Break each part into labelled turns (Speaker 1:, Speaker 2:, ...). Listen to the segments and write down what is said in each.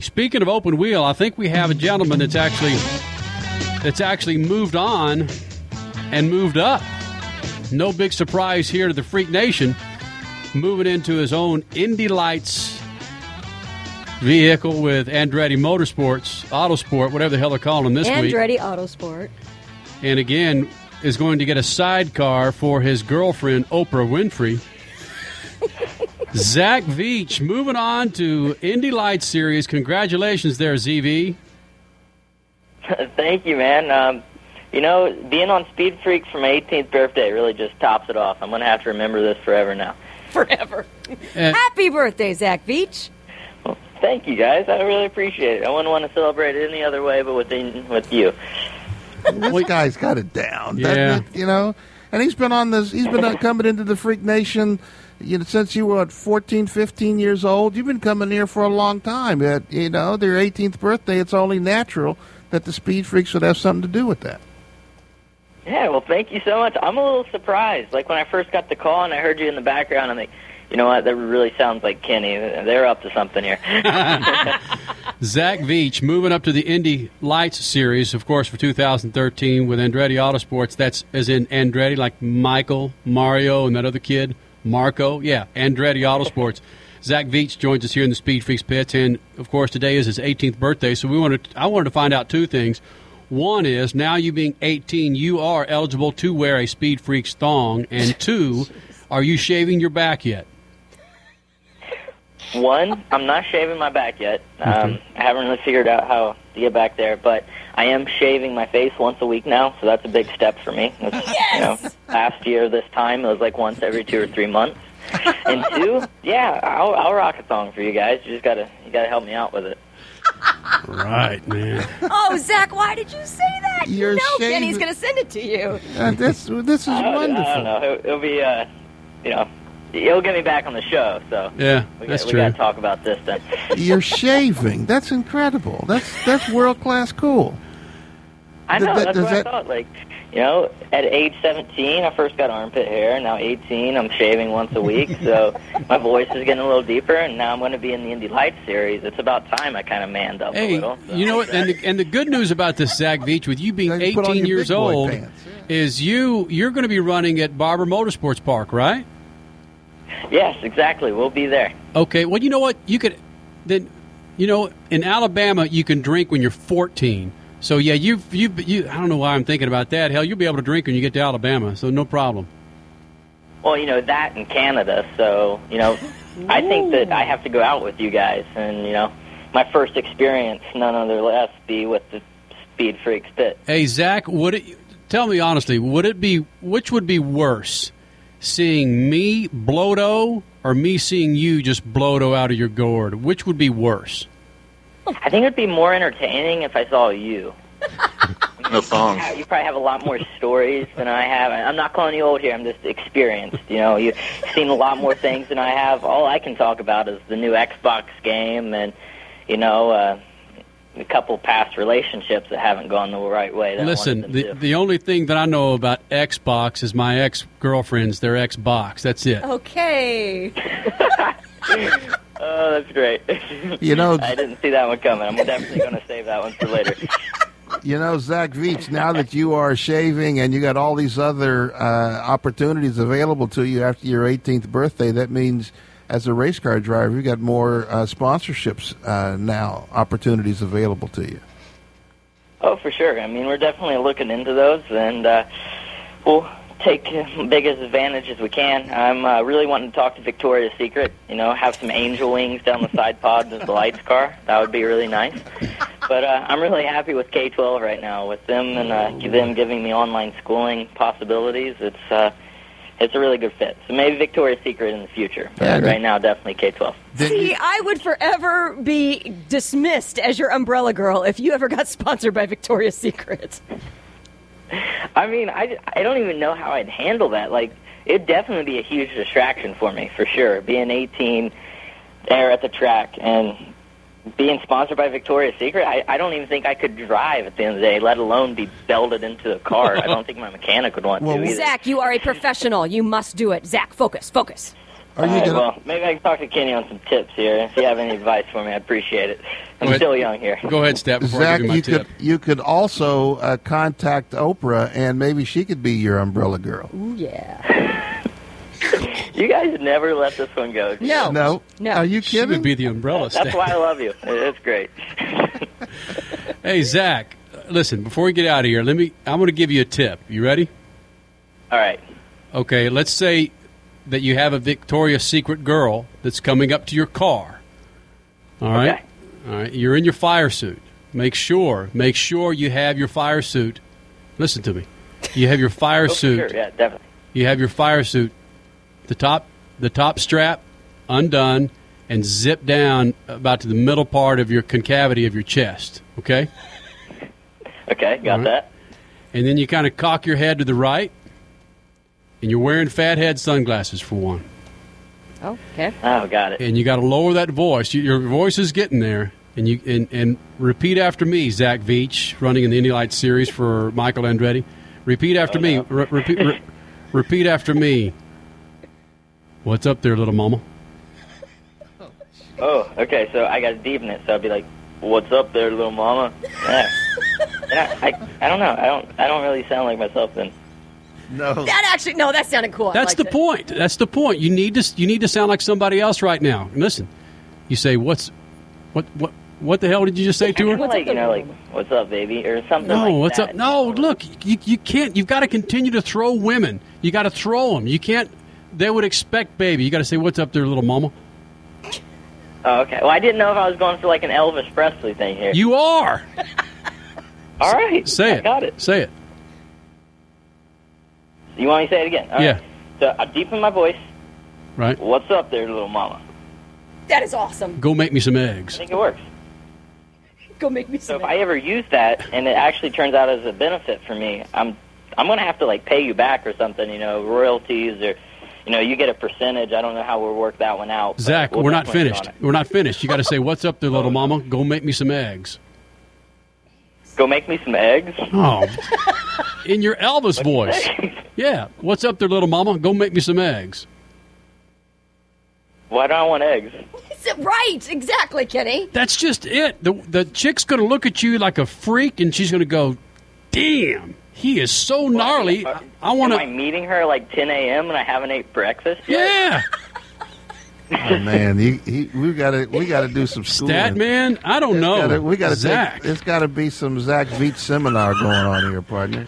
Speaker 1: Speaking of open wheel, I think we have a gentleman that's actually that's actually moved on and moved up. No big surprise here to the Freak Nation, moving into his own Indy Lights vehicle with Andretti Motorsports, Autosport, whatever the hell they're calling them this week.
Speaker 2: Andretti Autosport.
Speaker 1: And again, is going to get a sidecar for his girlfriend Oprah Winfrey. Zach Veach moving on to Indy Lights Series. Congratulations there, ZV.
Speaker 3: Thank you, man. Um, you know, being on Speed Freak for my 18th birthday really just tops it off. I'm going to have to remember this forever now.
Speaker 2: Forever.
Speaker 1: Uh,
Speaker 2: Happy birthday, Zach Beach.
Speaker 3: Well, thank you, guys. I really appreciate it. I wouldn't want to celebrate it any other way but with, with you.
Speaker 4: This guy's got it down. doesn't
Speaker 1: Yeah.
Speaker 4: it? you know, and he's been on this. He's been uh, coming into the Freak Nation. You know, since you were what, 14, 15 years old, you've been coming here for a long time. Uh, you know, their 18th birthday, it's only natural that the Speed Freaks would have something to do with that.
Speaker 3: Yeah, well, thank you so much. I'm a little surprised. Like when I first got the call and I heard you in the background, I'm like, you know what? That really sounds like Kenny. They're up to something here.
Speaker 1: Zach Veach moving up to the Indy Lights Series, of course, for 2013 with Andretti Autosports. That's as in Andretti, like Michael, Mario, and that other kid, Marco. Yeah, Andretti Autosports. Zach Veach joins us here in the Speed Freaks pits, and of course, today is his 18th birthday. So we wanted, I wanted to find out two things. One is now you being 18, you are eligible to wear a Speed Freaks thong, and two, are you shaving your back yet?
Speaker 3: One, I'm not shaving my back yet. Um, I haven't really figured out how to get back there, but I am shaving my face once a week now, so that's a big step for me. It's, You know, last year, this time, it was like once every two or three months. and two, yeah, I'll, I'll rock a song for you guys. You just gotta, you gotta help me out with it.
Speaker 1: Right, man.
Speaker 2: Oh, Zach, why did you say that? You
Speaker 4: You're
Speaker 2: know
Speaker 4: shaving-
Speaker 2: Kenny's going to send it to you.
Speaker 4: Uh, this this is
Speaker 3: I don't-
Speaker 4: wonderful.
Speaker 3: I don't know. It'll, it'll be, uh, you know, it'll get me back on the show. So
Speaker 1: Yeah,
Speaker 3: we
Speaker 1: that's
Speaker 3: got,
Speaker 1: true.
Speaker 3: We gotta talk about this then.
Speaker 4: You're shaving. That's incredible. That's that's world class cool.
Speaker 3: I
Speaker 4: Th-
Speaker 3: know.
Speaker 4: th-
Speaker 3: that's
Speaker 4: does
Speaker 3: what
Speaker 4: that-
Speaker 3: I thought. Like, you know, at age 17, I first got armpit hair. Now 18, I'm shaving once a week, so my voice is getting a little deeper. And now I'm going to be in the Indy Lights series. It's about time I kind of manned up a
Speaker 1: Hey,
Speaker 3: little. so.
Speaker 1: you know what? And the, and the good news about this Zach Veach, with you being
Speaker 4: Yeah, you put on
Speaker 1: 18
Speaker 4: your
Speaker 1: years
Speaker 4: big boy
Speaker 1: old,
Speaker 4: pants,
Speaker 1: is you you're going to be running at Barber Motorsports Park, right?
Speaker 3: Yes, exactly. We'll be there.
Speaker 1: Okay. Well, you know what? You could then, you know, in Alabama, you can drink when you're 14. So yeah, you you you. I don't know why I'm thinking about that. Hell, you'll be able to drink when you get to Alabama, so no problem.
Speaker 3: Well, you know that in Canada. So you know, I think that I have to go out with you guys, and you know, my first experience, none other less, be with the Speed Freaks pit.
Speaker 1: Hey Zach, would it? Tell me honestly, would it be which would be worse, seeing me blodo or me seeing you just blodo out of your gourd? Which would be worse?
Speaker 3: I think it'd be more entertaining if I saw you.
Speaker 5: No thong.
Speaker 3: Yeah, You probably have a lot more stories than I have. I- I'm not calling you old here. I'm just experienced. You know, you've seen a lot more things than I have. All I can talk about is the new Xbox game and, you know, uh, a couple past relationships that haven't gone the right way. That I wanted
Speaker 1: Listen,
Speaker 3: them
Speaker 1: the,
Speaker 3: to.
Speaker 1: the only thing that I know about Xbox is my ex girlfriend's their Xbox. That's it.
Speaker 2: Okay.
Speaker 3: oh, that's great.
Speaker 4: You know,
Speaker 3: I didn't see that one coming. I'm definitely going to save that one for later.
Speaker 4: You know, Zach Veach, now that you are shaving and you got all these other uh, opportunities available to you after your 18th birthday, that means as a race car driver, you got more uh, sponsorships uh, now, opportunities available to you.
Speaker 3: Oh, for sure. I mean, we're definitely looking into those, and uh, we'll take uh, biggest advantage as we can. I'm uh, really wanting to talk to Victoria's Secret. You know, have some angel wings down the side pods of the lights car. That would be really nice. But uh, I'm really happy with K12 right now. With them and uh, them giving me online schooling possibilities, it's uh, it's a really good fit. So maybe Victoria's Secret in the future, but
Speaker 4: Yeah, I
Speaker 3: right
Speaker 4: think-
Speaker 3: now definitely K12.
Speaker 4: Didn't
Speaker 2: See,
Speaker 4: you-
Speaker 2: I would forever be dismissed as your umbrella girl if you ever got sponsored by Victoria's Secret.
Speaker 3: I mean, I, I don't even know how I'd handle that. Like, it'd definitely be a huge distraction for me, for sure. Being 18, there at the track, and being sponsored by Victoria's Secret, I, I don't even think I could drive at the end of the day, let alone be belted into a car. I don't think my mechanic would want
Speaker 4: Well,
Speaker 3: to either.
Speaker 2: Zach, you are a professional. You must do it. Zach, focus, focus.
Speaker 4: Are you
Speaker 3: All right,
Speaker 4: gonna-
Speaker 3: well, maybe I can talk to Kenny on some tips here. If you have any advice for me, I appreciate it. I'm
Speaker 1: ahead.
Speaker 3: still young here.
Speaker 1: Go ahead, Step, before I
Speaker 4: Zach,
Speaker 1: give you my
Speaker 4: you
Speaker 1: tip.
Speaker 4: could you could also uh, contact Oprah, and maybe she could be your umbrella girl.
Speaker 2: Ooh, yeah.
Speaker 3: You guys never let this one go. do you?
Speaker 2: No.
Speaker 4: No,
Speaker 2: No.
Speaker 4: Are you
Speaker 1: She
Speaker 4: kidding?
Speaker 1: would be the umbrella,
Speaker 3: That's
Speaker 1: Step.
Speaker 3: why I love you. It's great.
Speaker 1: Hey, Zach, listen, before we get out of here, let me. I'm going to give you a tip. You ready?
Speaker 3: All right.
Speaker 1: Okay, let's say that you have a Victoria's Secret girl that's coming up to your car. All right?
Speaker 3: Okay.
Speaker 1: All right, you're in your fire suit. Make sure, make sure you have your fire suit. Listen to me. You have your fire
Speaker 3: Oh,
Speaker 1: suit.
Speaker 3: Sure, yeah, definitely.
Speaker 1: You have your fire suit, the top, the top strap undone, and zip down about to the middle part of your concavity of your chest. Okay,
Speaker 3: Okay, got
Speaker 1: All right.
Speaker 3: that.
Speaker 1: and then you kind of cock your head to the right, and you're wearing fathead sunglasses for one.
Speaker 2: Oh, okay.
Speaker 3: Oh, got it.
Speaker 1: And you got to lower that voice. You, your voice is getting there. And you and, and repeat after me, Zach Veach, running in the Indy Lights series for Michael Andretti. Repeat after me. Re- repeat, re- repeat after me. What's up there, little mama?
Speaker 3: Oh, okay. So I got to deepen it. So I'd be like, "What's up there, little mama?" Yeah. yeah I, I don't know. I don't. I don't really sound like myself then.
Speaker 4: no,
Speaker 2: That actually, no, that sounded cool. I
Speaker 1: That's
Speaker 2: liked
Speaker 1: the
Speaker 2: it.
Speaker 1: point. That's the point. You need to you need to sound like somebody else right now. And listen, you say what's what what what the hell did you just say to her?
Speaker 2: What's up
Speaker 3: like
Speaker 2: there,
Speaker 3: you know,
Speaker 2: little
Speaker 3: like "What's up, baby" or something.
Speaker 1: No,
Speaker 3: like
Speaker 1: what's
Speaker 3: that.
Speaker 1: up? No, look, you, you can't. You've got to continue to throw women. You got to throw them. You can't. They would expect baby. You got to say, "What's up there, little mama?"
Speaker 3: Oh, okay. Well, I didn't know if I was going for like an Elvis Presley thing here.
Speaker 1: You are.
Speaker 3: All right.
Speaker 1: Say
Speaker 3: I
Speaker 1: it.
Speaker 3: Got it.
Speaker 1: Say it.
Speaker 3: You want me to say it again? All
Speaker 1: Yeah.
Speaker 3: right. So I deepen my voice.
Speaker 1: Right.
Speaker 3: What's up there, little mama?
Speaker 2: That is awesome.
Speaker 1: Go make me some
Speaker 3: I
Speaker 1: eggs.
Speaker 3: think it works.
Speaker 2: Go make me
Speaker 3: So
Speaker 2: some.
Speaker 3: if I ever use that and it actually turns out as a benefit for me, I'm I'm gonna have to like pay you back or something, you know, royalties or you know, you get a percentage. I don't know how we'll work that one out. but
Speaker 1: Zach,
Speaker 3: we'll
Speaker 1: we're not
Speaker 3: definitely get on
Speaker 1: finished. We're not finished. You got to say, "What's up there, little mama?" Go make me some eggs.
Speaker 3: it. Go make me some eggs.
Speaker 1: Oh, in your Elvis voice. Yeah. What's up there, little mama? Go make me some eggs.
Speaker 3: Why do I want eggs?
Speaker 2: right, exactly, Kenny.
Speaker 1: That's just it. The the chick's going to look at you like a freak, and she's going to go, "Damn, he is so gnarly." I, I want
Speaker 3: Am I
Speaker 1: to.
Speaker 3: meeting her at like 10 a.m. and I haven't ate breakfast? Yet?
Speaker 1: Yeah,
Speaker 4: Oh, man, he, he, we got to we got to do some schooling.
Speaker 1: that man. I don't
Speaker 4: It's
Speaker 1: know.
Speaker 4: gotta- we got to
Speaker 1: Zach.
Speaker 4: Take, it's got to be some Zach Veach seminar going on here, partner.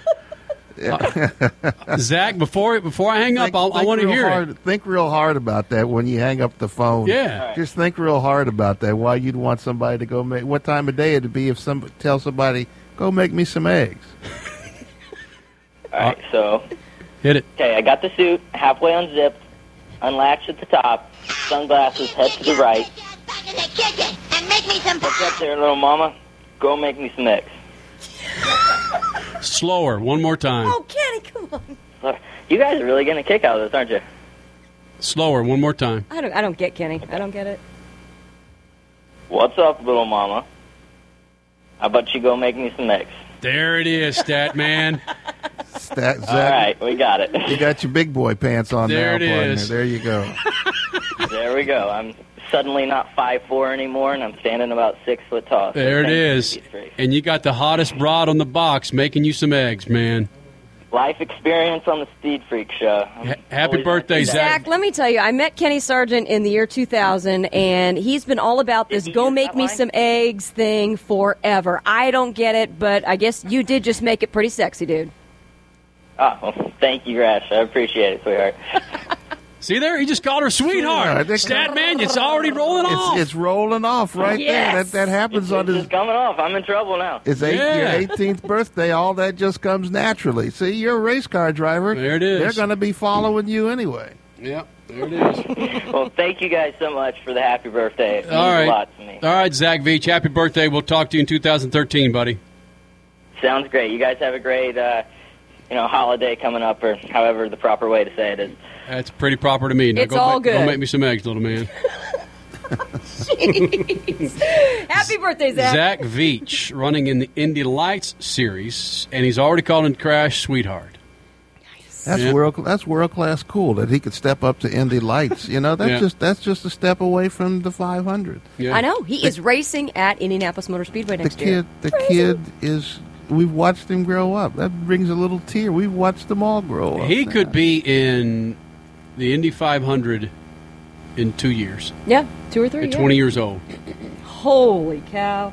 Speaker 1: Zach, before before I hang up, I'll, I want to
Speaker 4: real
Speaker 1: hear
Speaker 4: hard,
Speaker 1: it.
Speaker 4: Think real hard about that when you hang up the phone.
Speaker 1: Yeah. All right.
Speaker 4: just think real hard about that. Why you'd want somebody to go make what time of day it'd be if some tell somebody go make me some eggs.
Speaker 3: All right. So,
Speaker 1: Hit it.
Speaker 3: okay, I got the suit halfway unzipped, unlatched at the top, sunglasses, head to the right.
Speaker 6: And make me some
Speaker 3: What's up there, little mama? Go make me some eggs.
Speaker 1: Slower. One more time.
Speaker 2: Oh, Kenny, come on.
Speaker 3: You guys are really getting a kick out of this, aren't you?
Speaker 1: Slower. One more time.
Speaker 2: I don't. I don't get Kenny. I don't get it.
Speaker 3: What's up, little mama? I bet you go make me some eggs.
Speaker 1: There it is, stat man.
Speaker 4: Stat, Zach,
Speaker 3: All right, we got it.
Speaker 4: you got your big boy pants on
Speaker 1: There
Speaker 4: now,
Speaker 1: it
Speaker 4: partner.
Speaker 1: is.
Speaker 4: There you go.
Speaker 3: there we go. I'm suddenly not five four anymore, and I'm standing about six foot tall. So
Speaker 1: There it
Speaker 3: thanks
Speaker 1: is.
Speaker 3: for these three.
Speaker 1: And you got the hottest broad on the box making you some eggs, man.
Speaker 3: Life experience on the Speed Freak Show. I'm
Speaker 1: Ha- happy
Speaker 3: always
Speaker 1: birthday,
Speaker 3: happy to-
Speaker 1: Zach.
Speaker 2: Zach, let me tell you, I met Kenny Sargent in the year 2000, and he's been all about this
Speaker 3: Did he
Speaker 2: "go
Speaker 3: use
Speaker 2: make
Speaker 3: that
Speaker 2: me
Speaker 3: line?
Speaker 2: some eggs" thing forever. I don't get it, but I guess you did just make it pretty sexy, dude.
Speaker 3: Ah, well, thank you, Rash. I appreciate it, sweetheart.
Speaker 1: See there? He just called her sweetheart.
Speaker 4: Sweetheart, they-
Speaker 1: Stat man, it's already rolling off.
Speaker 4: It's, it's rolling off right there.
Speaker 2: Yes.
Speaker 4: That that happens on
Speaker 3: This
Speaker 4: this.
Speaker 3: is coming off. I'm in trouble now.
Speaker 4: It's eight,
Speaker 1: Yeah.
Speaker 4: your 18th birthday. All that just comes naturally. See, you're a race car driver.
Speaker 1: There it is.
Speaker 4: They're going to be following you anyway.
Speaker 1: yep, there it is.
Speaker 3: well, thank you guys so much for the happy birthday. It means
Speaker 1: All right.
Speaker 3: a lot to me.
Speaker 1: All right, Zach Veach, happy birthday. We'll talk to you in 2013, buddy.
Speaker 3: Sounds great. You guys have a great, uh, you know, holiday coming up, or however the proper way to say it is.
Speaker 1: That's pretty proper to me. Now
Speaker 2: It's
Speaker 1: go
Speaker 2: all
Speaker 1: make, Go
Speaker 2: good.
Speaker 1: make me some eggs, little man.
Speaker 2: Happy birthday, Zach.
Speaker 1: Zach Veach running in the Indy Lights series, and he's already calling Crash sweetheart.
Speaker 4: That's
Speaker 1: Yeah.
Speaker 4: world. That's world class cool that he could step up to Indy Lights. You know, that's
Speaker 1: Yeah.
Speaker 4: just that's just a step away from the 500.
Speaker 1: Yeah.
Speaker 2: I know he is racing at Indianapolis Motor Speedway
Speaker 4: The
Speaker 2: next year.
Speaker 4: kid, the kid is. We've watched him grow up. That brings a little tear. We've watched them all grow up.
Speaker 1: He
Speaker 4: now.
Speaker 1: could be in the Indy 500 in two years
Speaker 2: Oh, Yeah, two or three.
Speaker 1: at
Speaker 2: yeah.
Speaker 1: 20 years old.
Speaker 2: Holy cow!